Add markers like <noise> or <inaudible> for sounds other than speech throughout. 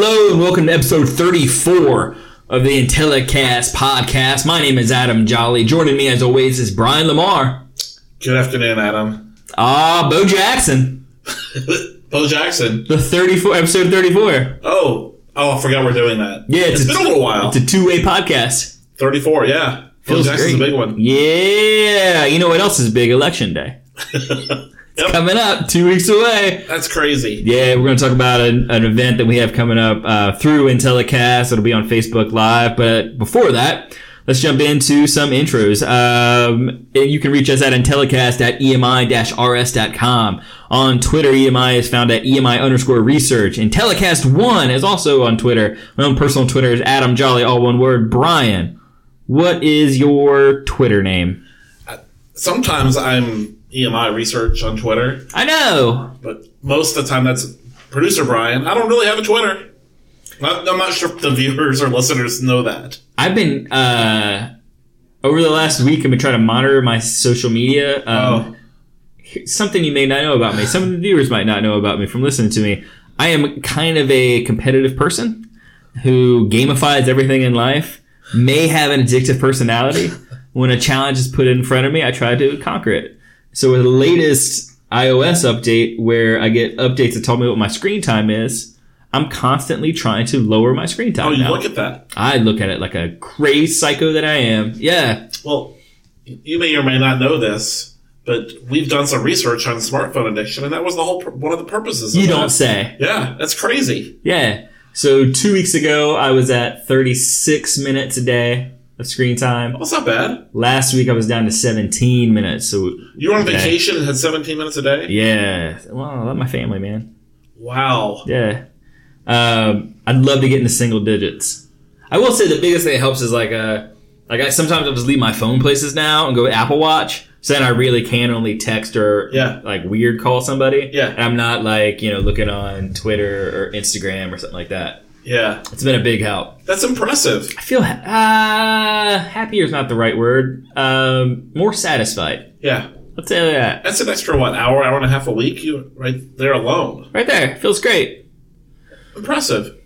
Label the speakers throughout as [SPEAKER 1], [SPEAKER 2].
[SPEAKER 1] Welcome to episode 34 of the IntelliCast podcast. My name is Adam Jolly. Joining me, as always, is Brian Lamar.
[SPEAKER 2] Good afternoon, Adam.
[SPEAKER 1] Ah, Bo Jackson,
[SPEAKER 2] Bo Jackson.
[SPEAKER 1] the 34 episode 34.
[SPEAKER 2] Oh, oh, I forgot we're doing that.
[SPEAKER 1] Yeah, it's
[SPEAKER 2] it's
[SPEAKER 1] a-
[SPEAKER 2] been a little while.
[SPEAKER 1] It's a two way podcast.
[SPEAKER 2] 34, yeah. Bo
[SPEAKER 1] Feels
[SPEAKER 2] Jackson's
[SPEAKER 1] great.
[SPEAKER 2] a big one.
[SPEAKER 1] Yeah, you know what else is big? Election day. It's coming up, two weeks away.
[SPEAKER 2] That's crazy.
[SPEAKER 1] Yeah, we're going to talk about an, an event that we have coming up uh, through Intellicast. It'll be on Facebook Live. But before that, let's jump into some intros. Um, and you can reach us at Intellicast at E EMI-RS.com. On Twitter, EMI is found at EMI underscore research. Intellicast1 is also on Twitter. My own personal Twitter is Adam Jolly, all one word. Brian, what is your Twitter name?
[SPEAKER 2] Sometimes I'm EMI research on Twitter,
[SPEAKER 1] I know.
[SPEAKER 2] but most of the time that's producer Brian. I don't really have a Twitter. Not, I'm not sure if the <laughs> viewers or listeners know that.
[SPEAKER 1] I've been uh, over the last week. I've been trying to monitor my social media.
[SPEAKER 2] Oh.
[SPEAKER 1] Um, Something you may not know about me. Some of the viewers might not know about me from listening to me. I am kind of a competitive person who gamifies everything in life. May have an addictive personality. when a challenge is put in front of me, I try to conquer it. So with the latest iOS update, where I get updates that tell me what my screen time is, I'm constantly trying to lower my screen time.
[SPEAKER 2] Oh, you
[SPEAKER 1] now.
[SPEAKER 2] look at that.
[SPEAKER 1] I look at it like a crazy psycho that I am. Yeah.
[SPEAKER 2] Well, you may or may not know this, but we've done some research on smartphone addiction, and that was the whole pur- one of the purposes. Of
[SPEAKER 1] You
[SPEAKER 2] that.
[SPEAKER 1] don't say.
[SPEAKER 2] Yeah, that's crazy.
[SPEAKER 1] Yeah. So two weeks ago, I was at 36 minutes a day of screen time.
[SPEAKER 2] That's not bad.
[SPEAKER 1] Last week, I was down to 17 minutes. So,
[SPEAKER 2] You were on
[SPEAKER 1] Okay.
[SPEAKER 2] vacation and had 17 minutes a day?
[SPEAKER 1] yeah. Well, I love my family, man.
[SPEAKER 2] Wow.
[SPEAKER 1] Yeah. Um, I'd love to get into single digits. I will say the biggest thing that helps is like, uh, like I sometimes I'll just leave my phone places now and go Apple Watch. So then I really can only text or
[SPEAKER 2] Yeah.
[SPEAKER 1] like weird call somebody.
[SPEAKER 2] Yeah.
[SPEAKER 1] And I'm not like, you know, looking on Twitter or Instagram or something like that.
[SPEAKER 2] Yeah.
[SPEAKER 1] It's been a big help.
[SPEAKER 2] That's impressive.
[SPEAKER 1] I feel ha- uh, happier is not the right word. Um, more satisfied.
[SPEAKER 2] Yeah.
[SPEAKER 1] Let's say that.
[SPEAKER 2] That's an extra, what, hour, hour and a half a week? You right there alone.
[SPEAKER 1] Right there. Feels great.
[SPEAKER 2] Impressive.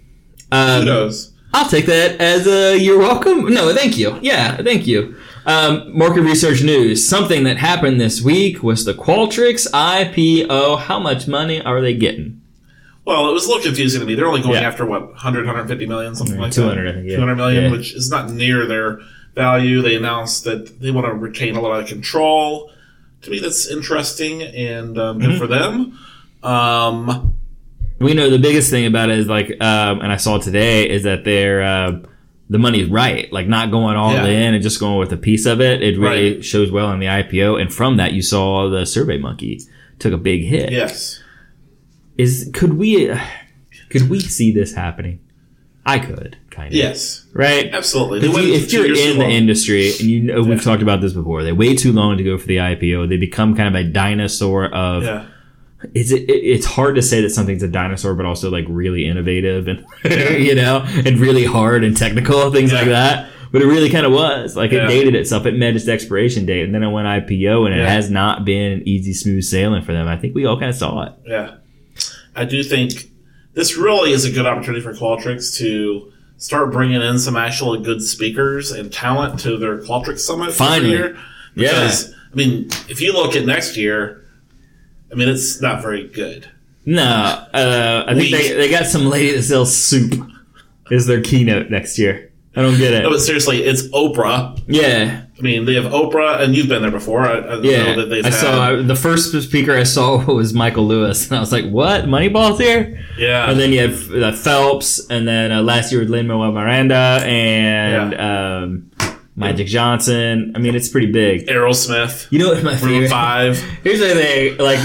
[SPEAKER 1] Um,
[SPEAKER 2] Kudos.
[SPEAKER 1] I'll take that as a you're welcome. No, thank you. Yeah, thank you. Um, market research news. Something that happened this week was the Qualtrics IPO. How much money are they getting?
[SPEAKER 2] Well, it was a little confusing to me. They're only going
[SPEAKER 1] Yeah.
[SPEAKER 2] after, what, 100, 150 million, something like
[SPEAKER 1] 200,
[SPEAKER 2] that?
[SPEAKER 1] I think, yeah.
[SPEAKER 2] 200 million,
[SPEAKER 1] Yeah.
[SPEAKER 2] which is not near their value. They announced that they want to retain a lot of control. To me, that's interesting and um,
[SPEAKER 1] Mm-hmm.
[SPEAKER 2] good for them. Um,
[SPEAKER 1] We know the biggest thing about it is like, um, and I saw today is that they're uh, the money's right, like not going all
[SPEAKER 2] Yeah.
[SPEAKER 1] in and just going with a piece of it. It really shows well in the IPO, and from that you saw the Survey Monkey took a big hit.
[SPEAKER 2] yes.
[SPEAKER 1] Is could we <sighs> could we see this happening? I could kind of
[SPEAKER 2] Yes.
[SPEAKER 1] right.
[SPEAKER 2] Absolutely. They
[SPEAKER 1] If,
[SPEAKER 2] waited
[SPEAKER 1] you, if
[SPEAKER 2] two
[SPEAKER 1] you're
[SPEAKER 2] years too
[SPEAKER 1] in the
[SPEAKER 2] long.
[SPEAKER 1] industry, and you know, we've
[SPEAKER 2] Yeah.
[SPEAKER 1] talked about this before, they wait too long to go for the IPO. They become kind of a dinosaur of.
[SPEAKER 2] Yeah.
[SPEAKER 1] Is it, it? It's hard to say that something's a dinosaur, but also like really innovative and <laughs> you know, and really hard and technical things like
[SPEAKER 2] Yeah.
[SPEAKER 1] that. But it really kind of was like it
[SPEAKER 2] Yeah.
[SPEAKER 1] dated itself. It met its expiration date, and then it went IPO, and it
[SPEAKER 2] Yeah.
[SPEAKER 1] has not been an easy, smooth sailing for them. I think we all kind of saw it.
[SPEAKER 2] Yeah. I do think this really is a good opportunity for Qualtrics to start bringing in some actual good speakers and talent to their Qualtrics Summit
[SPEAKER 1] Finally.
[SPEAKER 2] every year.
[SPEAKER 1] Yeah.
[SPEAKER 2] Because, I mean, if you look at next year, I mean, it's not very good.
[SPEAKER 1] No, uh, I think
[SPEAKER 2] Weak.
[SPEAKER 1] they, they got some lady that sells soup is their keynote next year. I don't get it.
[SPEAKER 2] No, but seriously, it's Oprah.
[SPEAKER 1] yeah,
[SPEAKER 2] I mean, they have Oprah, and you've been there before. I, I
[SPEAKER 1] Yeah,
[SPEAKER 2] know that they've
[SPEAKER 1] I
[SPEAKER 2] had.
[SPEAKER 1] saw the first speaker I saw <laughs> was Michael Lewis, and I was like, "What? Moneyball's here?"
[SPEAKER 2] yeah.
[SPEAKER 1] And then you have uh, Phelps, and then uh, last year with Lin Manuel Miranda and um, Magic Johnson. I mean, it's pretty big.
[SPEAKER 2] Aerosmith,
[SPEAKER 1] You know what's my
[SPEAKER 2] Maroon
[SPEAKER 1] favorite?
[SPEAKER 2] 5.
[SPEAKER 1] Here's the thing, like.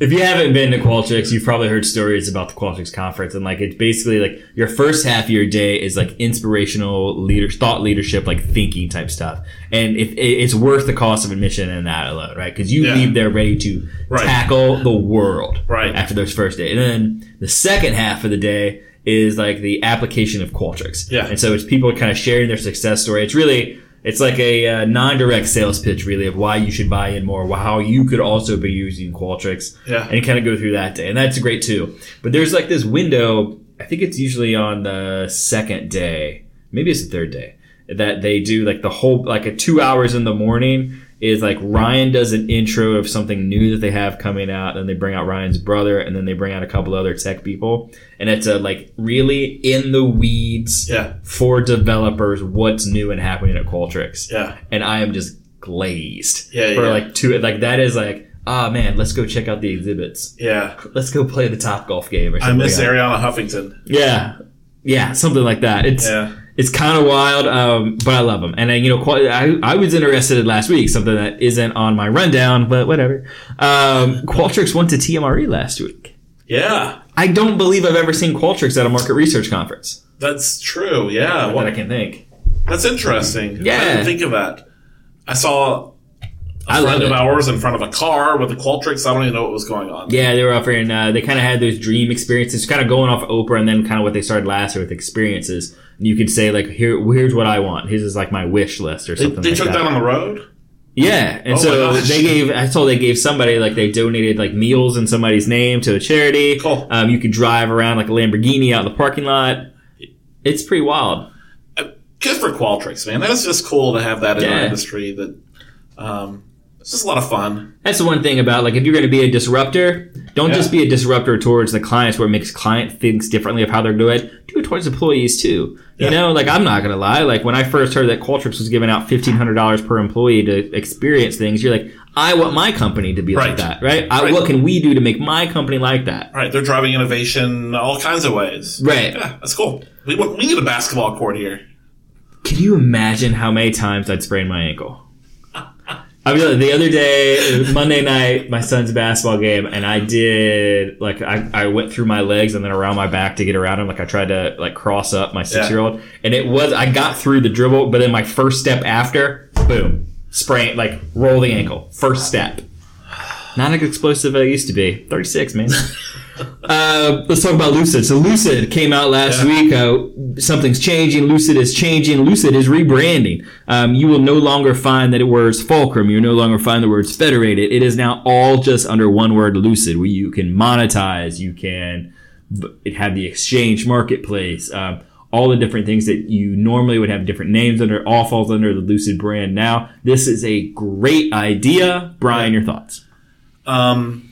[SPEAKER 1] If you haven't been to Qualtrics, you've probably heard stories about the Qualtrics conference, and like it's basically like your first half of your day is like inspirational leader, thought leadership, like thinking type stuff, and if it- it's worth the cost of admission and that alone, right? Because you
[SPEAKER 2] Yeah.
[SPEAKER 1] leave there ready to
[SPEAKER 2] Right.
[SPEAKER 1] tackle the world,
[SPEAKER 2] Right.
[SPEAKER 1] After those first day, and then the second half of the day is like the application of Qualtrics,
[SPEAKER 2] Yeah.
[SPEAKER 1] and so it's people kind of sharing their success story. It's really it's like a uh, non-direct sales pitch, really, of why you should buy in more, how you could also be using Qualtrics,
[SPEAKER 2] Yeah.
[SPEAKER 1] and kind of go through that day, and that's great too. But there's like this window I think it's usually on the second day, maybe it's the third day that they do like the whole like a two hours in the morning is like Ryan does an intro of something new that they have coming out, and they bring out Ryan's brother, and then they bring out a couple other tech people, and it's a like really in the weeds
[SPEAKER 2] Yeah.
[SPEAKER 1] for developers what's new and happening at Qualtrics,
[SPEAKER 2] Yeah.
[SPEAKER 1] and I am just glazed
[SPEAKER 2] Yeah,
[SPEAKER 1] for
[SPEAKER 2] yeah.
[SPEAKER 1] like two like that is like ah man let's go check out the exhibits
[SPEAKER 2] Yeah.
[SPEAKER 1] let's go play the top golf game or
[SPEAKER 2] I
[SPEAKER 1] something
[SPEAKER 2] miss
[SPEAKER 1] like that.
[SPEAKER 2] Ariana Huffington.
[SPEAKER 1] yeah yeah something like that it's
[SPEAKER 2] Yeah.
[SPEAKER 1] it's kind of wild, um, but I love them. And I, you know, Qual- I, I was interested in last week, something that isn't on my rundown, but whatever. Um, Qualtrics went to TMRE E last week.
[SPEAKER 2] Yeah.
[SPEAKER 1] I don't believe I've ever seen Qualtrics at a market research conference
[SPEAKER 2] That's true. Yeah.
[SPEAKER 1] that
[SPEAKER 2] Well,
[SPEAKER 1] I can think.
[SPEAKER 2] that's interesting. I
[SPEAKER 1] Yeah.
[SPEAKER 2] didn't think of that. I saw a
[SPEAKER 1] I love
[SPEAKER 2] friend of
[SPEAKER 1] it.
[SPEAKER 2] ours in front of a car with the Qualtrics. I don't even know what was going on.
[SPEAKER 1] Yeah, they were offering. Uh, they kind of had those dream experiences, kind of going off Oprah, and then kind of what they started last year with experiences. And you could say like, here, here's what I want. Here's is like my wish list or
[SPEAKER 2] They,
[SPEAKER 1] something.
[SPEAKER 2] they
[SPEAKER 1] like
[SPEAKER 2] took that. on the road?
[SPEAKER 1] Yeah, and
[SPEAKER 2] Oh my
[SPEAKER 1] so
[SPEAKER 2] gosh.
[SPEAKER 1] they gave. I told they gave somebody like they donated like meals in somebody's name to a charity.
[SPEAKER 2] Cool.
[SPEAKER 1] Um, you could drive around like a Lamborghini out in the parking lot. It's pretty wild.
[SPEAKER 2] Uh, Good for Qualtrics, man. That's just cool to have that in our
[SPEAKER 1] Yeah.
[SPEAKER 2] industry. That um, It's just a lot of fun.
[SPEAKER 1] That's the one thing about like if you're going to be a disruptor, don't
[SPEAKER 2] Yeah.
[SPEAKER 1] just be a disruptor towards the clients where it makes client thinks differently of how they're doing. Do it towards employees too. You
[SPEAKER 2] Yeah.
[SPEAKER 1] know, like I'm not going to lie. Like when I first heard that Qualtrics was giving out fifteen hundred dollars per employee to experience things, you're like, I want my company to be
[SPEAKER 2] Right.
[SPEAKER 1] like that, right? I,
[SPEAKER 2] Right.
[SPEAKER 1] what can we do to make my company like that?
[SPEAKER 2] All right. They're driving innovation all kinds of ways.
[SPEAKER 1] Right. <laughs>
[SPEAKER 2] Yeah. That's cool. We, want, we need a basketball court here.
[SPEAKER 1] Can you imagine how many times I'd sprain my ankle? I mean, the other day, Monday night, my son's basketball game, and I did like I, I went through my legs and then around my back to get around him. Like I tried to like cross up my six year old, and it was I got through the dribble, but then my first step after, boom, sprain like roll the ankle, first step. Not as explosive as I used to be. Thirty six, man. Uh, let's talk about Lucid. So Lucid came out last
[SPEAKER 2] Yeah.
[SPEAKER 1] week. Uh, something's changing. Lucid is changing. Lucid is rebranding. Um, you will no longer find that it words Fulcrum. You no longer find the words Federated. It is now all just under one word, Lucid. Where you can monetize. You can b- it have the exchange marketplace. Um, all the different things that you normally would have different names under all falls under the Lucid brand. Now this is a great idea. Brian, your thoughts?
[SPEAKER 2] Um,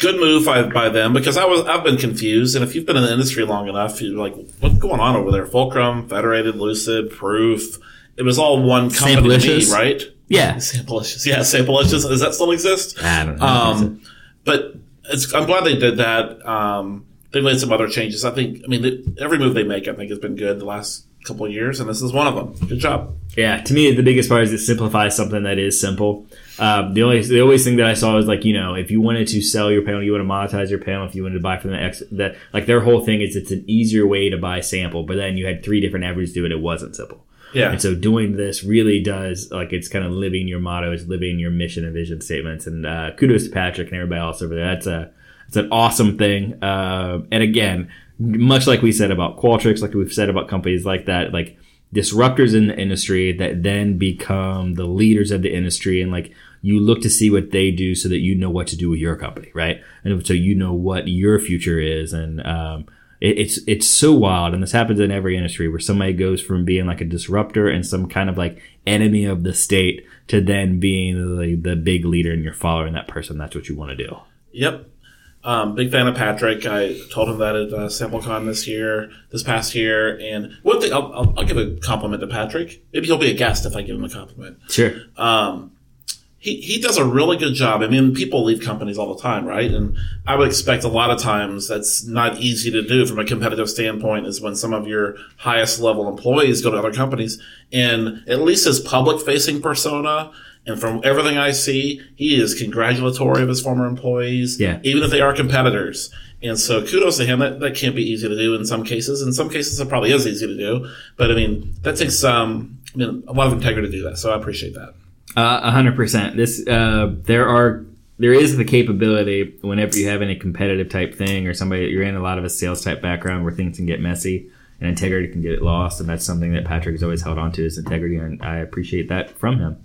[SPEAKER 2] good move by, by them because I was I've been confused, and if you've been in the industry long enough, you're like, what's going on over there? Fulcrum, Federated, Lucid, Proof. It was all one company, to me,
[SPEAKER 1] Samplicious?
[SPEAKER 2] right?
[SPEAKER 1] Yeah.
[SPEAKER 2] Samplicious, yeah, Samplicious. Does that still exist?
[SPEAKER 1] I don't know.
[SPEAKER 2] Um, but it's, I'm glad they did that. Um, they made some other changes. I think. I mean, they, every move they make, I think, has been good the last couple of years, and this is one of them. Good job.
[SPEAKER 1] Yeah, to me, the biggest part is it simplifies something that is simple. Um, the only the always thing that I saw was like you know if you wanted to sell your panel, you want to monetize your panel. If you wanted to buy from the ex, that like their whole thing is it's an easier way to buy sample. But then you had three different avenues to do it. It wasn't simple.
[SPEAKER 2] Yeah.
[SPEAKER 1] And so doing this really does like it's kind of living your mottos, living your mission and vision statements. And uh, kudos to Patrick and everybody else over there. That's a it's an awesome thing. Uh, and again, much like we said about Qualtrics, like we've said about companies like that, like disruptors in the industry that then become the leaders of the industry and like you look to see what they do so that you know what to do with your company right and so you know what your future is and um, it, it's it's so wild and this happens in every industry where somebody goes from being like a disruptor and some kind of like enemy of the state to then being the, the big leader and you're following that person that's what you want to do
[SPEAKER 2] Yep. Um, big fan of Patrick. I told him that at uh, SampleCon this year, this past year. And one thing, I'll, I'll, I'll give a compliment to Patrick. Maybe he'll be a guest if I give him a compliment.
[SPEAKER 1] sure
[SPEAKER 2] Um, he, he does a really good job. I mean, people leave companies all the time, right? And I would expect a lot of times that's not easy to do from a competitive standpoint is when some of your highest level employees go to other companies. And at least his public facing persona, and from everything I see, he is congratulatory of his former employees,
[SPEAKER 1] Yeah.
[SPEAKER 2] even if they are competitors. And so kudos to him. That, that can't be easy to do in some cases. In some cases, it probably is easy to do. But I mean, that takes um, I mean, a lot of integrity to do that. So I appreciate that.
[SPEAKER 1] Uh, A hundred percent. This uh, there are there is the capability whenever you have any competitive type thing or somebody you're in a lot of a sales type background where things can get messy and integrity can get lost, and that's something that Patrick has always held on to is integrity, and I appreciate that from him.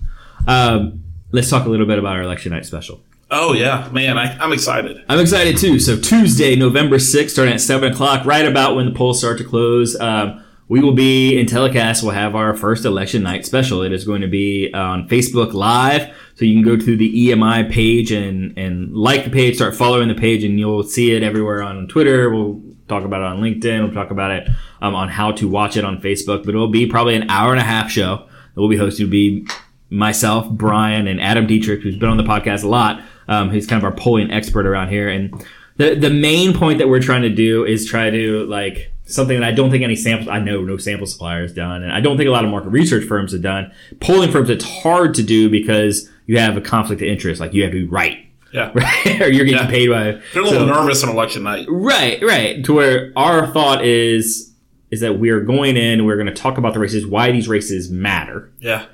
[SPEAKER 1] Um, let's talk a little bit about our election night special.
[SPEAKER 2] Oh yeah, man, I, I'm excited.
[SPEAKER 1] I'm excited too. So Tuesday, November 6th, starting at 7 o'clock, right about when the polls start to close, um, we will be in telecast. We'll have our first election night special. It is going to be on Facebook Live. So you can go to the EMI page and, and like the page, start following the page, and you'll see it everywhere on Twitter. We'll talk about it on LinkedIn. We'll talk about it um, on how to watch it on Facebook. But it'll be probably an hour and a half show that we'll be hosting. It'll be myself, Brian, and Adam Dietrich, who's been on the podcast a lot. Um, who's kind of our polling expert around here. And the the main point that we're trying to do is try to like something that I don't think any samples I know no sample supplier has done, and I don't think a lot of market research firms have done. Polling firms, it's hard to do because you have a conflict of interest. Like you have to be right. <laughs>
[SPEAKER 2] Yeah,
[SPEAKER 1] Right, or you're getting
[SPEAKER 2] Yeah.
[SPEAKER 1] paid by
[SPEAKER 2] they're a
[SPEAKER 1] so-
[SPEAKER 2] little nervous on election night.
[SPEAKER 1] Right, right. To where our thought is is that we're going in, we're going to talk about the races, why these races matter,
[SPEAKER 2] Yeah,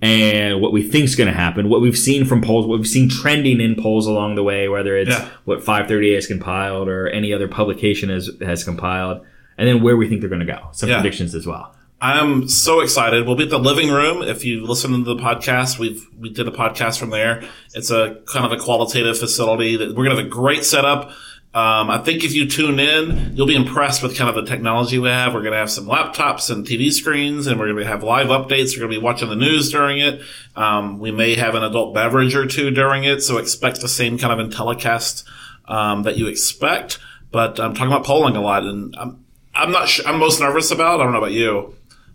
[SPEAKER 1] and what we think's going to happen, what we've seen from polls, what we've seen trending in polls along the way, whether it's
[SPEAKER 2] Yeah.
[SPEAKER 1] what 538 has compiled or any other publication has has compiled, and then where we think they're going to go. Some
[SPEAKER 2] Yeah.
[SPEAKER 1] predictions as well.
[SPEAKER 2] I'm so excited. We'll be at the living room. If you listen to the podcast, we've we did a podcast from there. It's a kind of a qualitative facility that we're gonna have a great setup. Um, I think if you tune in, you'll be impressed with kind of the technology we have. We're gonna have some laptops and TV screens, and we're gonna have live updates. We're gonna be watching the news during it. Um, we may have an adult beverage or two during it, so expect the same kind of telecast um, that you expect. But I'm talking about polling a lot, and I'm I'm not sure. I'm most nervous about. I don't know about you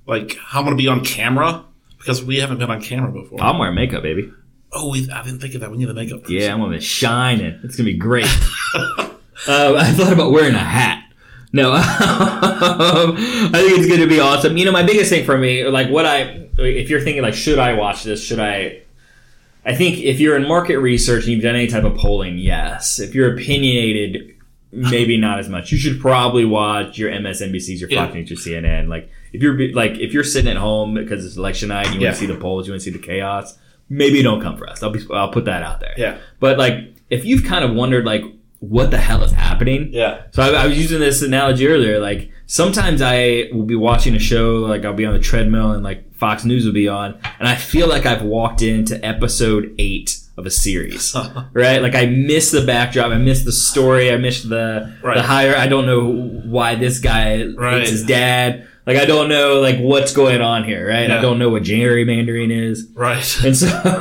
[SPEAKER 2] like how I'm gonna be on camera because we haven't been on camera before.
[SPEAKER 1] I'm wearing makeup, baby.
[SPEAKER 2] oh, we, I didn't think of that. We need a makeup. person.
[SPEAKER 1] Yeah, I'm gonna be shining. It's gonna be great.
[SPEAKER 2] <laughs>
[SPEAKER 1] um, I thought about wearing a hat. No, <laughs> um, I think it's gonna be awesome. You know, my biggest thing for me, like what I, if you're thinking like, should I watch this? Should I? I think if you're in market research and you've done any type of polling, yes. If you're opinionated, maybe not as much. You should probably watch your MSNBCs, your Fox
[SPEAKER 2] Yeah.
[SPEAKER 1] News, your CNN. Like if you're be- like if you're sitting at home because it's election night, and you
[SPEAKER 2] Yeah.
[SPEAKER 1] want to see the polls, you want to see the chaos. Maybe don't come for us. I'll be, I'll put that out there.
[SPEAKER 2] Yeah.
[SPEAKER 1] But like, if you've kind of wondered like what the hell is happening,
[SPEAKER 2] Yeah.
[SPEAKER 1] so I, I was using this analogy earlier. Like sometimes I will be watching a show, like I'll be on the treadmill and like Fox News will be on, and I feel like I've walked into episode eight of a
[SPEAKER 2] <laughs>
[SPEAKER 1] series, right? Like I miss the backdrop, I miss the story, I miss the
[SPEAKER 2] Right.
[SPEAKER 1] the hire. I don't know why this guy
[SPEAKER 2] Right.
[SPEAKER 1] hates his dad. Like I don't know like what's going on here, right? I
[SPEAKER 2] Yeah.
[SPEAKER 1] don't know what gerrymandering is.
[SPEAKER 2] Right. <laughs>
[SPEAKER 1] And so, <laughs>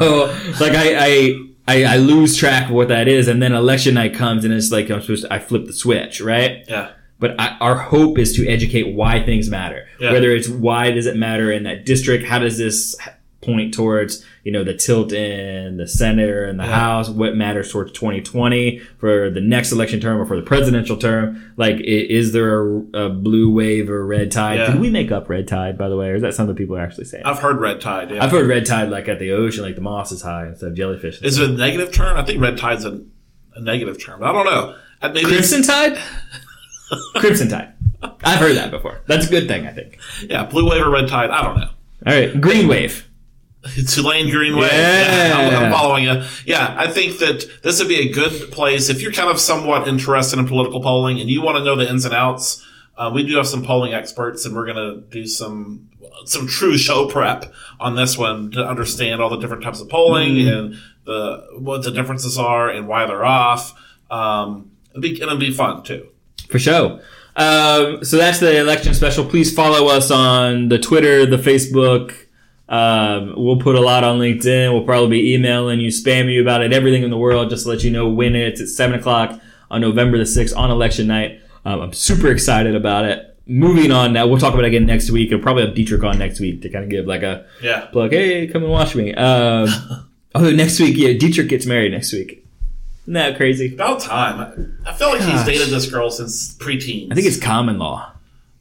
[SPEAKER 1] like, I, I, I, I lose track of what that is. And then election night comes and it's like, I'm supposed to, I flip the switch, right?
[SPEAKER 2] Yeah.
[SPEAKER 1] But I, our hope is to educate why things matter.
[SPEAKER 2] Yeah.
[SPEAKER 1] Whether it's why does it matter in that district? How does this point towards, you know, the tilt in the Senate or in the
[SPEAKER 2] Yeah.
[SPEAKER 1] House? What matters towards 2020 for the next election term or for the presidential term? Like, i- is there a, a blue wave or red tide?
[SPEAKER 2] Yeah.
[SPEAKER 1] Did we make up red tide, by the way? Or is that something people are actually saying?
[SPEAKER 2] I've heard red tide. Yeah.
[SPEAKER 1] I've heard red tide like at the ocean, like the moss is high instead of jellyfish.
[SPEAKER 2] Is it a negative term? I think red tide's a, a negative term. I don't know. Uh, Maybe
[SPEAKER 1] Crimson tide? Crimson tide. <laughs> I've heard that before. That's a good thing, I think.
[SPEAKER 2] yeah, blue wave or red tide. I don't know.
[SPEAKER 1] All right, green wave.
[SPEAKER 2] <laughs> Tulane Greenway.
[SPEAKER 1] Yeah.
[SPEAKER 2] I'm, I'm following you. Yeah, I think that this would be a good place if you're kind of somewhat interested in political polling and you want to know the ins and outs. Uh, we do have some polling experts, and we're going to do some some true show prep on this one to understand all the different types of polling
[SPEAKER 1] Mm-hmm.
[SPEAKER 2] and the what the differences are and why they're off. Um, it'll be, it'll be fun too.
[SPEAKER 1] For sure. Um, so that's the election special. Please follow us on the Twitter, the Facebook. Um, we'll put a lot on LinkedIn. We'll probably be emailing you, spamming you about it, everything in the world, just to let you know when it's at 7 o'clock on November the 6th on election night. Um, I'm super excited about it. Moving on now, we'll talk about it again next week. I'll probably have Dietrich on next week to kind of give like a
[SPEAKER 2] Yeah.
[SPEAKER 1] plug, hey, come and watch me. Um, although next week, yeah, Dietrich gets married next week. Isn't that crazy?
[SPEAKER 2] About time. I I feel like he's
[SPEAKER 1] Gosh.
[SPEAKER 2] dated this girl since preteen.
[SPEAKER 1] I think it's common law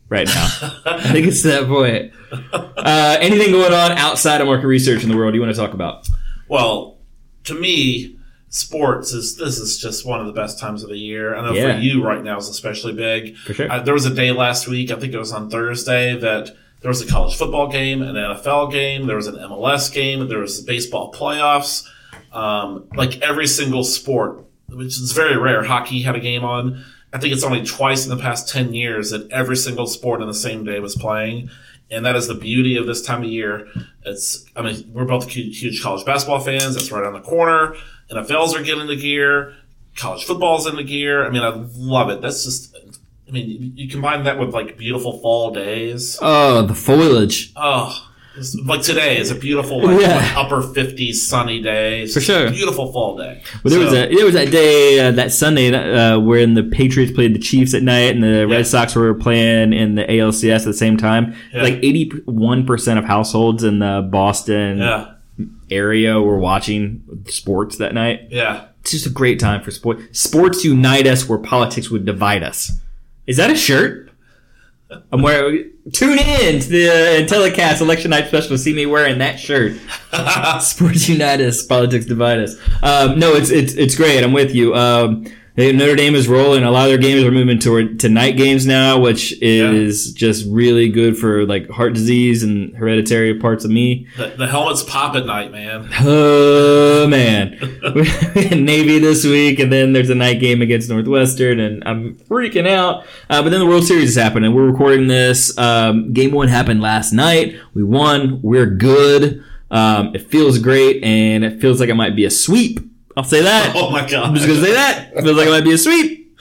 [SPEAKER 1] right
[SPEAKER 2] <laughs>
[SPEAKER 1] now. I think it's that point. Uh, anything going on outside of market research in the world you want to talk about?
[SPEAKER 2] Well, to me, sports is this is just one of the best times of the year. I know
[SPEAKER 1] Yeah.
[SPEAKER 2] for you right now is especially big.
[SPEAKER 1] For sure.
[SPEAKER 2] Uh, there was a day last week, I think it was on Thursday, that there was a college football game, an NFL game, there was an MLS game, there was baseball playoffs. Um, like every single sport, which is very rare. Hockey had a game on. I think it's only twice in the past 10 years that every single sport on the same day was playing. And that is the beauty of this time of year. It's, I mean, we're both huge, huge college basketball fans. That's right on the corner. NFLs are getting the gear. College football's in the gear. I mean, I love it. That's just, I mean, you- you combine that with like beautiful fall days.
[SPEAKER 1] Oh, the foliage.
[SPEAKER 2] Oh, it's- like today is a beautiful like,
[SPEAKER 1] Yeah.
[SPEAKER 2] like, upper 50s sunny day. It's
[SPEAKER 1] For sure.
[SPEAKER 2] Beautiful fall day.
[SPEAKER 1] Well, there was
[SPEAKER 2] So-
[SPEAKER 1] that. There was that day, uh, that Sunday, uh, when the Patriots played the Chiefs at night, and the
[SPEAKER 2] Yeah.
[SPEAKER 1] Red Sox were playing in the ALCS at the same time.
[SPEAKER 2] Yeah.
[SPEAKER 1] Like eighty-one percent of households in the Boston
[SPEAKER 2] Yeah.
[SPEAKER 1] area were watching sports that night.
[SPEAKER 2] Yeah.
[SPEAKER 1] It's just a great time for sport. Sports unite us where politics would divide us. Is that a shirt? I'm wearing. Tune in to the uh, telecast election night special to see me wearing that shirt. Sports unite us, politics divide us. Um, no, it's it's it's great. I'm with you. Um, they- Notre Dame is rolling. A lot of their games are moving toward to night games now, which is just really good for like heart disease and hereditary parts of me.
[SPEAKER 2] the, the helmets pop at night, man. <laughs>
[SPEAKER 1] Oh man, We had Navy this week, and then there's a night game against Northwestern, and I'm freaking out. Uh, but then the World Series is happening. We're recording this. Um, game one happened last night. We won. We're good. Um, it feels great, and it feels like it might be a sweep. I'll say that.
[SPEAKER 2] <laughs> Oh my god.
[SPEAKER 1] I'm just gonna say that. Feels like it might be a sweep.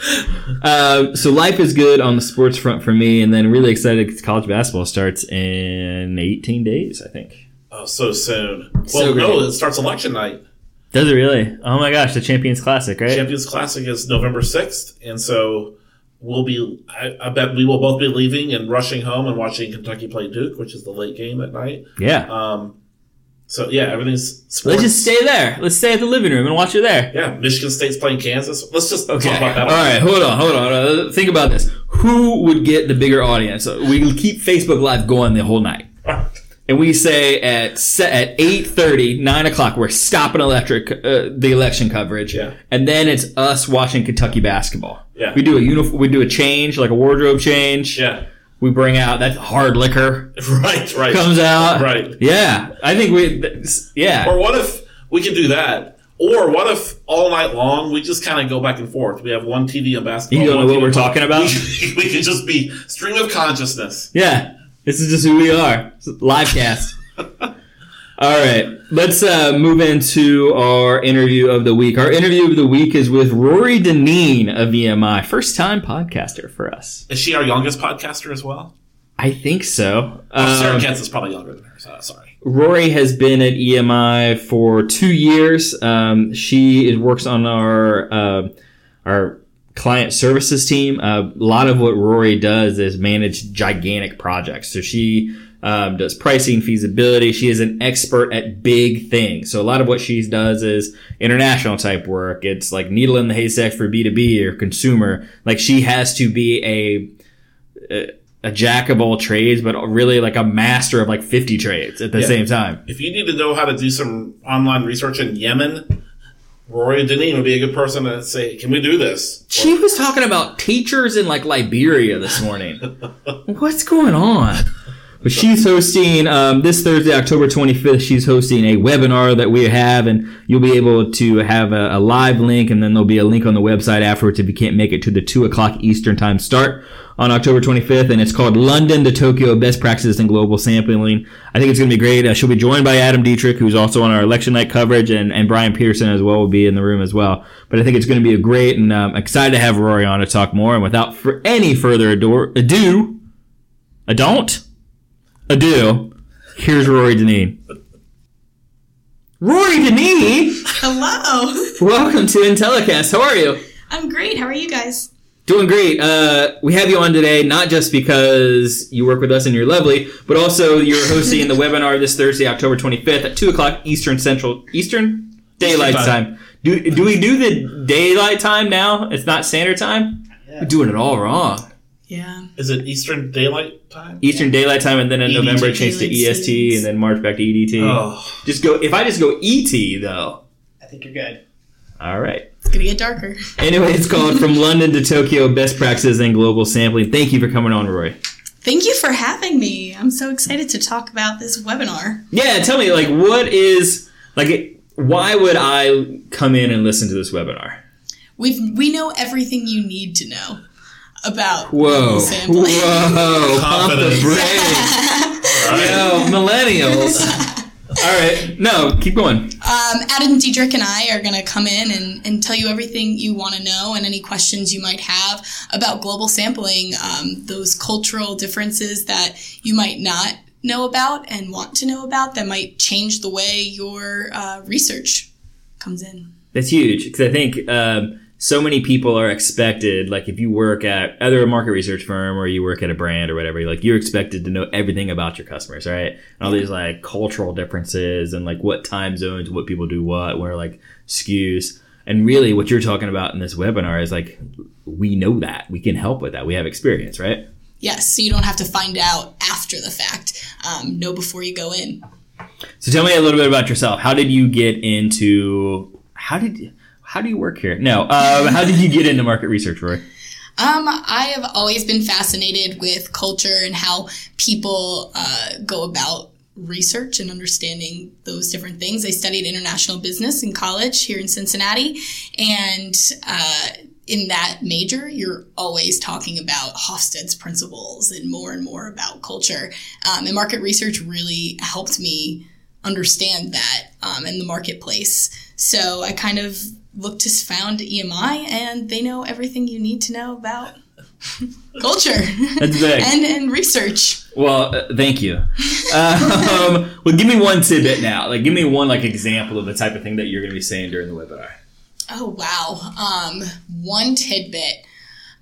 [SPEAKER 1] Uh, so life is good on the sports front for me, and then really excited 'cause college basketball starts in 18 days, I think.
[SPEAKER 2] Oh, so soon. Well,
[SPEAKER 1] So
[SPEAKER 2] no,
[SPEAKER 1] great.
[SPEAKER 2] it starts election night.
[SPEAKER 1] Does it really? Oh my gosh, the Champions Classic, right?
[SPEAKER 2] Champions Classic is November 6th, and so we'll be, I, I bet we will both be leaving and rushing home and watching Kentucky play Duke, which is the late game at night.
[SPEAKER 1] yeah.
[SPEAKER 2] Um, so, yeah, everything's sports.
[SPEAKER 1] Let's just stay there. Let's stay at the living room and watch it there.
[SPEAKER 2] yeah, Michigan State's playing Kansas. Let's just talk about that.
[SPEAKER 1] All right. Hold on. Hold on. hold on. Uh, Think about this. Who would get the bigger audience? Uh, We can keep Facebook Live going the whole night, and we say at se- at 8.30, 9 o'clock, we're stopping electric uh, the election coverage,
[SPEAKER 2] Yeah.
[SPEAKER 1] and then it's us watching Kentucky basketball.
[SPEAKER 2] Yeah.
[SPEAKER 1] We do a uniform. We do a change, like a wardrobe change.
[SPEAKER 2] <laughs> Yeah.
[SPEAKER 1] We bring out that hard liquor
[SPEAKER 2] <laughs> Right, right.
[SPEAKER 1] comes out.
[SPEAKER 2] Right.
[SPEAKER 1] Yeah. I think we. th- Yeah.
[SPEAKER 2] Or what if we could do that? Or what if all night long we just kind of go back and forth? We have one TV and basketball.
[SPEAKER 1] You don't know
[SPEAKER 2] one
[SPEAKER 1] what
[SPEAKER 2] TV
[SPEAKER 1] we're
[SPEAKER 2] and-
[SPEAKER 1] talking about?
[SPEAKER 2] <laughs> we could just be stream of consciousness.
[SPEAKER 1] Yeah, this is just who we are. It's a Live cast. All right, let's uh, move into our interview of the week. Our interview of the week is with Rory Deneen of EMI, first time podcaster for us.
[SPEAKER 2] Is she our youngest podcaster as well?
[SPEAKER 1] I think so.
[SPEAKER 2] Oh, Sarah
[SPEAKER 1] Um,
[SPEAKER 2] Katz is probably younger than her. So, sorry.
[SPEAKER 1] Rory has been at EMI for two years. Um, she is, works on our uh, our client services team. Uh, a lot of what Rory does is manage gigantic projects. So she um, does pricing, feasibility. She is an expert at big things. So a lot of what she does is international type work. It's like needle in the haystack for B two B or consumer. Like she has to be a a jack of all trades, but really like a master of like 50 trades at the
[SPEAKER 2] Yeah.
[SPEAKER 1] same time.
[SPEAKER 2] If you need to know how to do some online research in Yemen, Rory Deneen would be a good person to say, "Can we do this?"
[SPEAKER 1] She was talking about teachers in like Liberia this morning. What's going on? But she's hosting um, this Thursday, October 25th. She's hosting a webinar that we have, and you'll be able to have a, a live link, and then there'll be a link on the website afterwards if you can't make it to the two o'clock Eastern time start on October 25th. And it's called London to Tokyo: Best Practices in Global Sampling. I think it's going to be great. Uh, she'll be joined by Adam Dietrich, who's also on our election night coverage, and, and Brian Pearson as well will be in the room as well. But I think it's going to be a great, and um, excited to have Rory on to talk more. And without for any further ador- ado, I don't. I do. Here's Rory Deneen. Rory Deneen,
[SPEAKER 3] Hello. <laughs>
[SPEAKER 1] welcome to Intellicast. How are you?
[SPEAKER 3] I'm great. How are you guys?
[SPEAKER 1] Doing great. Uh, we have you on today not just because you work with us and you're lovely, but also you're hosting the webinar this Thursday, October 25th at two o'clock Eastern Central Eastern Daylight
[SPEAKER 2] Eastern time.
[SPEAKER 1] Time. Do do we do the daylight time now? It's not standard time. We're doing it all wrong.
[SPEAKER 3] Yeah.
[SPEAKER 2] Is it Eastern Daylight Time?
[SPEAKER 1] Eastern Daylight Time, and then in
[SPEAKER 2] EDT.
[SPEAKER 1] November it changed to EST, and then March back to EDT.
[SPEAKER 2] Oh,
[SPEAKER 1] Just go. If I just go ET though.
[SPEAKER 4] I think you're good.
[SPEAKER 1] All right.
[SPEAKER 3] It's gonna get darker.
[SPEAKER 1] Anyway, it's called From London to Tokyo: Best Practices in Global Sampling. Thank you for coming on, Roy.
[SPEAKER 3] Thank you for having me. I'm so excited to talk about this webinar.
[SPEAKER 1] Yeah, tell me, like, what is like? it- Why would I come in and listen to this webinar?
[SPEAKER 3] We've we know everything you need to know about
[SPEAKER 1] Whoa,
[SPEAKER 3] Sampling.
[SPEAKER 1] <laughs> whoa, pump the
[SPEAKER 2] Confidence.
[SPEAKER 1] brakes,
[SPEAKER 2] all right.
[SPEAKER 1] yo, millennials. All right, no, keep going.
[SPEAKER 3] <laughs> Um, Adam Diedrich and I are going to come in and, and tell you everything you want to know and any questions you might have about global sampling, um, those cultural differences that you might not know about and want to know about that might change the way your uh, research comes in.
[SPEAKER 1] That's huge because I think um, so many people are expected. Like if you work at either a market research firm or you work at a brand or whatever, like you're expected to know everything about your customers, right? And all these like cultural differences and like what time zones, what people do what, where like skews. And really, what you're talking about in this webinar is like we know that we can help with that. We have experience, right?
[SPEAKER 3] Yes, so you don't have to find out after the fact. Um, know before you go in.
[SPEAKER 1] So tell me a little bit about yourself. How did you get into how did how do you work here? No, um, how did you get into market research, Roy?
[SPEAKER 3] Um, I have always been fascinated with culture and how people uh, go about research and understanding those different things. I studied international business in college here in Cincinnati, and uh, in that major, you're always talking about Hofstede's principles and more and more about culture. Um, and market research really helped me understand that um, in the marketplace. So I kind of looked to found EMI, and they know everything you need to know about <laughs> culture
[SPEAKER 1] That's big.
[SPEAKER 3] and and research.
[SPEAKER 1] Well, uh, thank you. Um, well, give me one tidbit now. Like, give me one like example of the type of thing that you're going to be saying during the webinar.
[SPEAKER 3] Oh wow! Um, one tidbit.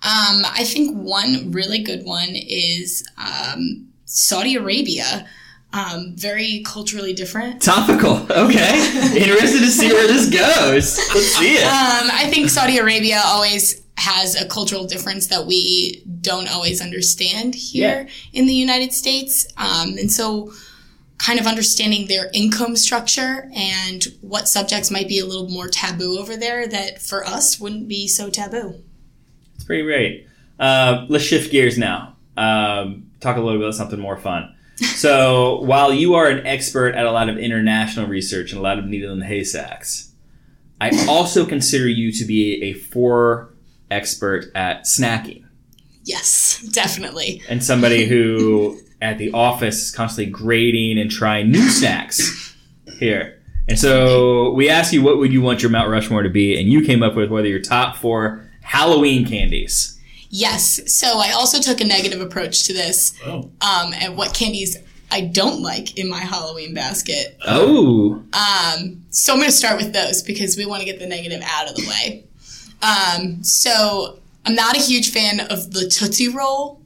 [SPEAKER 3] Um, I think one really good one is um, Saudi Arabia. Um, very culturally different.
[SPEAKER 1] Topical. Okay. Interested to see where this goes. Let's see it.
[SPEAKER 3] Um, I think Saudi Arabia always has a cultural difference that we don't always understand here in the United States. Um, and so, kind of understanding their income structure and what subjects might be a little more taboo over there that for us wouldn't be so taboo.
[SPEAKER 1] It's pretty great. Uh, let's shift gears now. Um, talk a little bit about something more fun. So, while you are an expert at a lot of international research and a lot of needle and haystacks, I also consider you to be a four expert at snacking
[SPEAKER 3] Yes, <laughs> definitely.
[SPEAKER 1] and somebody who at the office is constantly grading and trying new snacks here. And so we asked you what would you want your Mount Rushmore to be, and you came up with whether your top four Halloween candies.
[SPEAKER 3] Yes. So, I also took a negative approach to this
[SPEAKER 2] Oh.
[SPEAKER 3] um, and what candies I don't like in my Halloween basket.
[SPEAKER 1] Oh,
[SPEAKER 3] Um, so I'm going to start with those because we want to get the negative out of the way. Um, so I'm not a huge fan of the Tootsie Roll.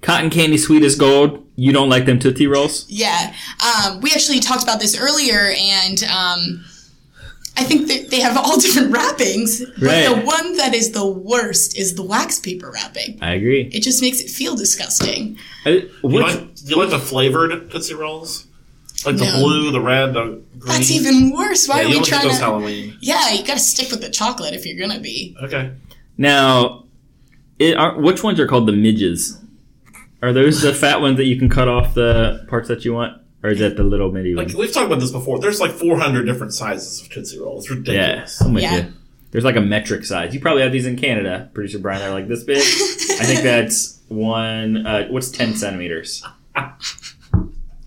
[SPEAKER 1] cotton candy sweet as gold. You don't like them Tootsie Rolls?
[SPEAKER 3] Yeah. Um, we actually talked about this earlier, and um, I think that they have all <laughs> different wrappings, but
[SPEAKER 1] Right.
[SPEAKER 3] the one that is the worst is the wax paper wrapping.
[SPEAKER 1] I agree. Uh,
[SPEAKER 3] It just makes it feel disgusting.
[SPEAKER 1] I-
[SPEAKER 2] You
[SPEAKER 1] what's-
[SPEAKER 2] like, do you like the flavored Tootsie Rolls? Like the
[SPEAKER 3] No.
[SPEAKER 2] blue, the red, the green?
[SPEAKER 3] That's even worse.
[SPEAKER 2] Yeah,
[SPEAKER 3] Why are
[SPEAKER 2] you
[SPEAKER 3] we
[SPEAKER 2] don't get
[SPEAKER 3] trying
[SPEAKER 2] those
[SPEAKER 3] to?
[SPEAKER 2] Halloween.
[SPEAKER 3] Yeah, you got to stick with the chocolate if you're gonna be.
[SPEAKER 2] Okay.
[SPEAKER 1] now, it, are, which ones are called the midges? Are those the fat ones that you can cut off the parts that you want, or is that the little mini ones?
[SPEAKER 2] Like we've talked about this before. There's like 400 different sizes of Tootsie Roll. It's ridiculous.
[SPEAKER 1] Yeah, I'm with
[SPEAKER 3] Yeah.
[SPEAKER 1] you. There's like a metric size. You probably have these in Canada. Producer Brian, they're like this big. I think that's one. Uh, what's ten centimeters?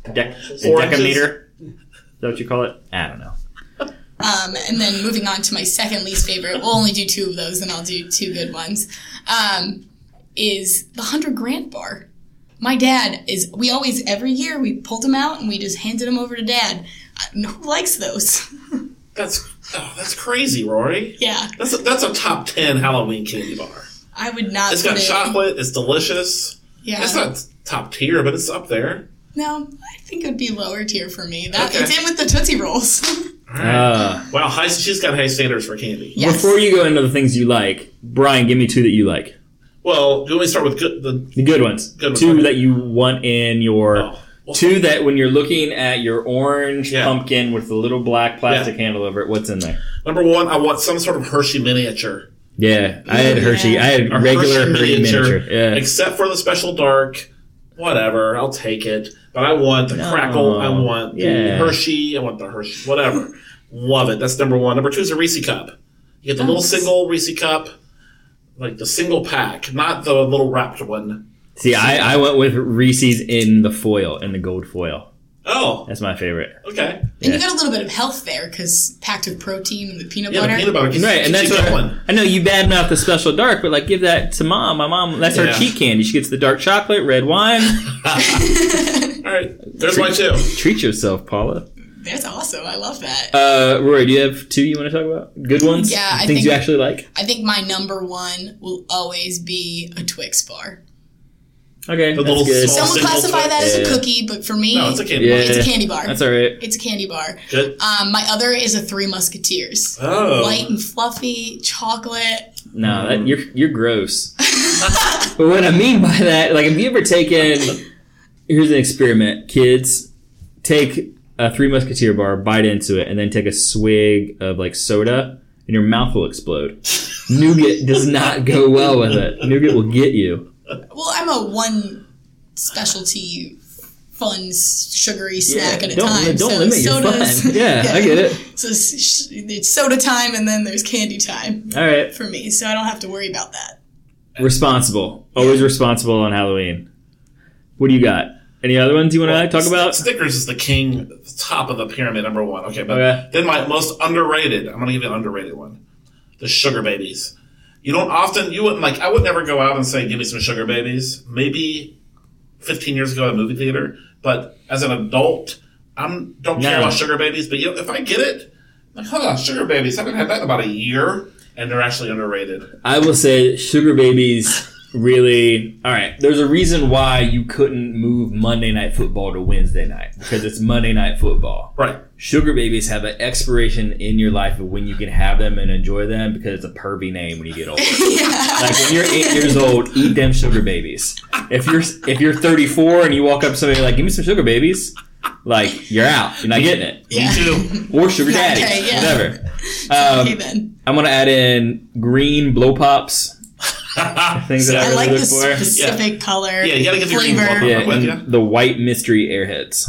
[SPEAKER 1] Dec- a
[SPEAKER 2] Four
[SPEAKER 1] decameter. Is that what you call it? I don't know.
[SPEAKER 3] <laughs> Um, and then moving on to my second least favorite, we'll only do two of those, and I'll do two good ones. Um, is the Hunter Grant bar? My dad is. We always every year we pulled them out and we just handed them over to dad. Uh, Who likes those? <laughs>
[SPEAKER 2] That's oh, that's crazy, Rory.
[SPEAKER 3] yeah,
[SPEAKER 2] That's a, that's a top 10 Halloween candy bar.
[SPEAKER 3] I would not.
[SPEAKER 2] It's got
[SPEAKER 3] put it-
[SPEAKER 2] chocolate. It's delicious.
[SPEAKER 3] Yeah.
[SPEAKER 2] It's not top tier, but it's up there.
[SPEAKER 3] no, I think it would be lower tier for me. That
[SPEAKER 2] Okay.
[SPEAKER 3] it's in with the Tootsie Rolls. <laughs>
[SPEAKER 2] All right.
[SPEAKER 1] Uh,
[SPEAKER 2] wow, high, she's got high standards for candy.
[SPEAKER 3] yes.
[SPEAKER 1] Before you go into the things you like, Brian, give me two that you like.
[SPEAKER 2] Well, do we start with good, the?
[SPEAKER 1] The good ones.
[SPEAKER 2] Good ones,
[SPEAKER 1] two
[SPEAKER 2] okay.
[SPEAKER 1] that you want in your.
[SPEAKER 2] Oh, well,
[SPEAKER 1] Two that when you're looking at your orange
[SPEAKER 2] Yeah.
[SPEAKER 1] pumpkin with the little black plastic
[SPEAKER 2] Yeah.
[SPEAKER 1] handle over it, what's in there?
[SPEAKER 2] Number one, I want some sort of Hershey miniature.
[SPEAKER 1] Yeah, I had Hershey. I had
[SPEAKER 2] Or
[SPEAKER 1] regular Hershey miniature. Yeah.
[SPEAKER 2] Except for the special dark. Whatever, I'll take it. But I want the crackle. I want the
[SPEAKER 1] yeah.
[SPEAKER 2] Hershey. I want the Hershey. Whatever. Love it. That's number one. Number two is a Reese cup. You get the little
[SPEAKER 3] Nice.
[SPEAKER 2] single Reese cup, like the single pack, not the little wrapped one.
[SPEAKER 1] See, I, I went with Reese's in the foil, in the gold foil.
[SPEAKER 2] Oh,
[SPEAKER 1] That's my favorite.
[SPEAKER 2] okay.
[SPEAKER 1] Yeah.
[SPEAKER 3] And you got a little bit of health there because packed with protein and the peanut
[SPEAKER 2] Yeah, the
[SPEAKER 3] butter.
[SPEAKER 2] peanut butter. keeps-
[SPEAKER 1] Right, and that's
[SPEAKER 2] keeps
[SPEAKER 1] what
[SPEAKER 2] you
[SPEAKER 1] I,
[SPEAKER 2] going.
[SPEAKER 1] I know you badmouth the special dark, but like give that to mom. My mom, that's her
[SPEAKER 2] Yeah.
[SPEAKER 1] cheat candy. She gets the dark chocolate, red wine.
[SPEAKER 2] All right, there's my two.
[SPEAKER 1] <laughs> Treat yourself, Paula.
[SPEAKER 3] That's awesome. I love that.
[SPEAKER 1] Uh, Roy, do you have two you want to talk about? Good ones?
[SPEAKER 3] Mm, Yeah, I
[SPEAKER 1] things
[SPEAKER 3] think-
[SPEAKER 1] you actually like.
[SPEAKER 3] I think my number one will always be a Twix bar.
[SPEAKER 1] Okay,
[SPEAKER 2] The
[SPEAKER 1] that's
[SPEAKER 2] little
[SPEAKER 1] good.
[SPEAKER 2] small-
[SPEAKER 3] Some would
[SPEAKER 2] single
[SPEAKER 3] classify that as a
[SPEAKER 1] Twix.
[SPEAKER 3] cookie, but for me,
[SPEAKER 2] No, it's a candy
[SPEAKER 1] Yeah,
[SPEAKER 2] bar.
[SPEAKER 3] it's a candy bar.
[SPEAKER 1] That's all right.
[SPEAKER 3] It's a candy bar.
[SPEAKER 2] Good.
[SPEAKER 3] Um, my other is a Three Musketeers.
[SPEAKER 2] Oh.
[SPEAKER 3] Light and fluffy, chocolate. <laughs>
[SPEAKER 1] No,
[SPEAKER 2] Mm.
[SPEAKER 1] that, you're you're gross. but what I mean by that, like, have you ever taken? Here's an experiment, kids. Take a Three Musketeer bar, bite into it, and then take a swig of like soda, and your mouth will explode. Nougat does not go well with it. Nougat will get you.
[SPEAKER 3] Well, I'm a one specialty, fun, s- sugary snack at a
[SPEAKER 1] don't
[SPEAKER 3] time.
[SPEAKER 1] don't
[SPEAKER 3] so
[SPEAKER 1] limit
[SPEAKER 3] sodas,
[SPEAKER 1] your fun. Yeah,
[SPEAKER 3] <laughs>
[SPEAKER 1] I get it.
[SPEAKER 3] So s- sh- it's soda time, and then there's candy time
[SPEAKER 1] All right,
[SPEAKER 3] for me. So I don't have to worry about that. <laughs>
[SPEAKER 1] responsible. Always responsible on Halloween. What do you got? Any other ones you want to talk about?
[SPEAKER 2] Snickers is the king, top of the pyramid, number one. Okay, but
[SPEAKER 1] Okay.
[SPEAKER 2] then my most underrated. I'm gonna give you an underrated one. The sugar babies. You don't often. You wouldn't like. I would never go out and say, "Give me some sugar babies." Maybe 15 years ago at a movie theater, but as an adult, I'm don't care
[SPEAKER 1] No.
[SPEAKER 2] about sugar babies. But you know, if I get it, I'm like, huh, sugar babies. I haven't had that in about a year, and they're actually underrated.
[SPEAKER 1] I will say Sugar Babies really all right. There's a reason why you couldn't move Monday night football to Wednesday night because it's Monday night football.
[SPEAKER 2] Right.
[SPEAKER 1] Sugar Babies have an expiration in your life of when you can have them and enjoy them because it's a pervy name when you get older.
[SPEAKER 3] yeah.
[SPEAKER 1] Like when you're 8 years old, eat them sugar babies. If you're if you're 34 and you walk up to somebody like, "Give me some sugar babies." Like you're out. You're not getting it.
[SPEAKER 2] Me
[SPEAKER 1] <laughs>
[SPEAKER 3] Yeah.
[SPEAKER 2] too. <laughs>
[SPEAKER 1] Or sugar
[SPEAKER 3] Okay,
[SPEAKER 1] daddy,
[SPEAKER 3] yeah.
[SPEAKER 1] whatever.
[SPEAKER 3] <laughs> <laughs> okay
[SPEAKER 1] Um,
[SPEAKER 3] then.
[SPEAKER 1] I'm gonna add in green blow pops. Things that I
[SPEAKER 3] I
[SPEAKER 1] really
[SPEAKER 3] like
[SPEAKER 1] look
[SPEAKER 3] the
[SPEAKER 1] for.
[SPEAKER 3] specific color.
[SPEAKER 2] Yeah, you gotta get the green
[SPEAKER 3] flavor.
[SPEAKER 2] one.
[SPEAKER 1] Yeah,
[SPEAKER 2] I'm with ya.
[SPEAKER 1] and the white mystery airheads,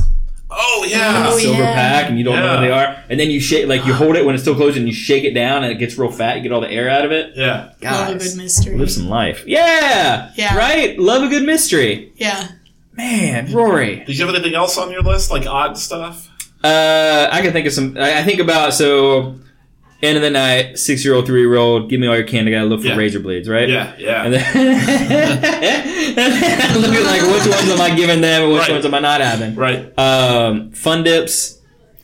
[SPEAKER 2] oh yeah.
[SPEAKER 3] Oh,
[SPEAKER 1] silver
[SPEAKER 3] yeah.
[SPEAKER 1] pack, and you don't know
[SPEAKER 2] Yeah.
[SPEAKER 1] what they are. And then you shake, like you hold it when it's still closed, and you shake it down, and it gets real fat. You get all the air out of it.
[SPEAKER 2] yeah.
[SPEAKER 3] Love a
[SPEAKER 1] Guys,
[SPEAKER 3] good mystery.
[SPEAKER 1] live some life. Yeah,
[SPEAKER 3] Yeah.
[SPEAKER 1] right. Love a good mystery,
[SPEAKER 3] Yeah.
[SPEAKER 1] man. Rory,
[SPEAKER 2] Did you have anything else on your list, like odd stuff?
[SPEAKER 1] uh, I can think of some. I, I think about so end of the night, six year old, three year old, give me all your candy. I gotta look for
[SPEAKER 2] Yeah.
[SPEAKER 1] razor blades, right?
[SPEAKER 2] Yeah,
[SPEAKER 1] <laughs>
[SPEAKER 2] yeah.
[SPEAKER 1] And then, and then I look at like which ones am I giving them, and which
[SPEAKER 2] Right.
[SPEAKER 1] ones am I not having?
[SPEAKER 2] right.
[SPEAKER 1] Um, fun dips.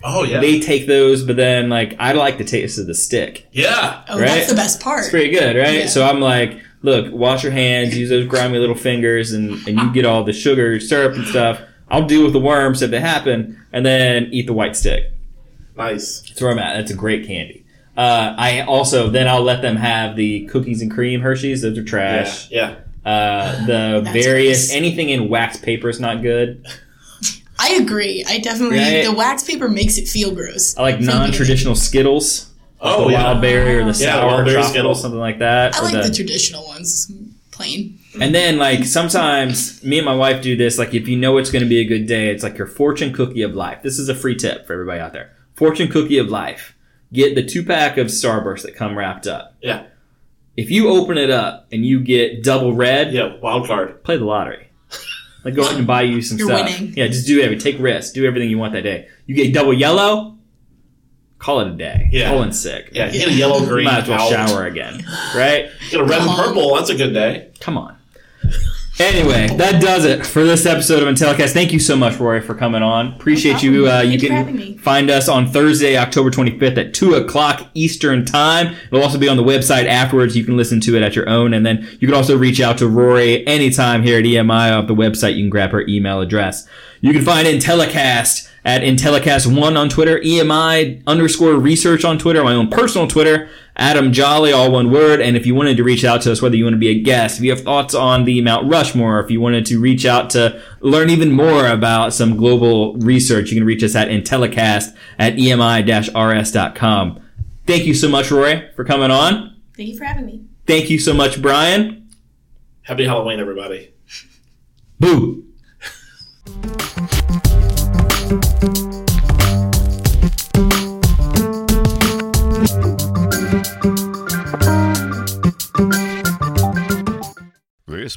[SPEAKER 2] Oh yeah.
[SPEAKER 1] they take those, but then like I like the taste of the stick.
[SPEAKER 2] yeah.
[SPEAKER 3] Oh,
[SPEAKER 1] Right?
[SPEAKER 3] that's the best part.
[SPEAKER 1] It's pretty good, right?
[SPEAKER 3] Yeah.
[SPEAKER 1] So I'm like, look, wash your hands, use those grimy little fingers, and and you get all the sugar, syrup, and stuff. I'll deal with the worms if they happen, and then eat the white stick.
[SPEAKER 2] Nice.
[SPEAKER 1] That's where I'm at. That's a great candy. Uh, I also then I'll let them have the cookies and cream Hershey's. Those are
[SPEAKER 2] Yeah.
[SPEAKER 1] trash.
[SPEAKER 2] Yeah.
[SPEAKER 1] Uh, the
[SPEAKER 3] <laughs> That's
[SPEAKER 1] various
[SPEAKER 3] gross.
[SPEAKER 1] anything in wax paper is not good.
[SPEAKER 3] I agree. I definitely
[SPEAKER 1] Right?
[SPEAKER 3] the wax paper makes it feel gross.
[SPEAKER 1] I like
[SPEAKER 3] From the beginning.
[SPEAKER 1] non-traditional Skittles,
[SPEAKER 2] Oh
[SPEAKER 1] the
[SPEAKER 2] yeah.
[SPEAKER 1] wild berry or the
[SPEAKER 2] Yeah,
[SPEAKER 1] sour
[SPEAKER 2] wild berry
[SPEAKER 1] tropical,
[SPEAKER 2] Skittles.
[SPEAKER 1] something like that.
[SPEAKER 3] I
[SPEAKER 1] or
[SPEAKER 3] like the, traditional ones, plain.
[SPEAKER 1] And then like sometimes me and my wife do this, like if you know it's gonna be a good day, it's like your fortune cookie of life. This is a free tip for everybody out there. Fortune cookie of life. Get the two pack of Starburst that come wrapped up.
[SPEAKER 2] Yeah.
[SPEAKER 1] If you open it up and you get double red,
[SPEAKER 2] Yeah. Wild card.
[SPEAKER 1] play the lottery. Like go out and buy you some
[SPEAKER 3] You're
[SPEAKER 1] stuff.
[SPEAKER 3] winning.
[SPEAKER 1] Yeah, just do every take risks, do everything you want that day. You get double yellow, call it a day.
[SPEAKER 2] Yeah.
[SPEAKER 1] Colin sick.
[SPEAKER 2] Yeah. Get
[SPEAKER 1] <laughs>
[SPEAKER 2] a yellow green.
[SPEAKER 1] Might as well
[SPEAKER 2] out.
[SPEAKER 1] shower again. Right?
[SPEAKER 2] Get a red and
[SPEAKER 3] Come on.
[SPEAKER 2] purple. That's a good day.
[SPEAKER 1] Come on. Anyway, that does it for this episode of Intellicast. Thank you so much, Rory, for coming on. Appreciate you. Uh,
[SPEAKER 3] problem.
[SPEAKER 1] you
[SPEAKER 3] Thank you for
[SPEAKER 1] can
[SPEAKER 3] having me.
[SPEAKER 1] find us on Thursday, October 25th at 2 o'clock Eastern Time. It'll also be on the website afterwards. You can listen to it at your own. And then you can also reach out to Rory anytime here at EMI off the website. You can grab her email address. You can find Intellicast at Intellicast1 on Twitter, EMI underscore research on Twitter, my own personal Twitter, Adam Jolly, all one word. And if you wanted to reach out to us, whether you want to be a guest, if you have thoughts on the Mount Rushmore, if you wanted to reach out to learn even more about some global research, you can reach us at Intellicast at E EMI-RS.com. Thank you so much, Roy, for coming on.
[SPEAKER 3] Thank you for having me.
[SPEAKER 1] Thank you so much, Brian.
[SPEAKER 2] Happy Halloween, everybody.
[SPEAKER 1] Boo.
[SPEAKER 4] This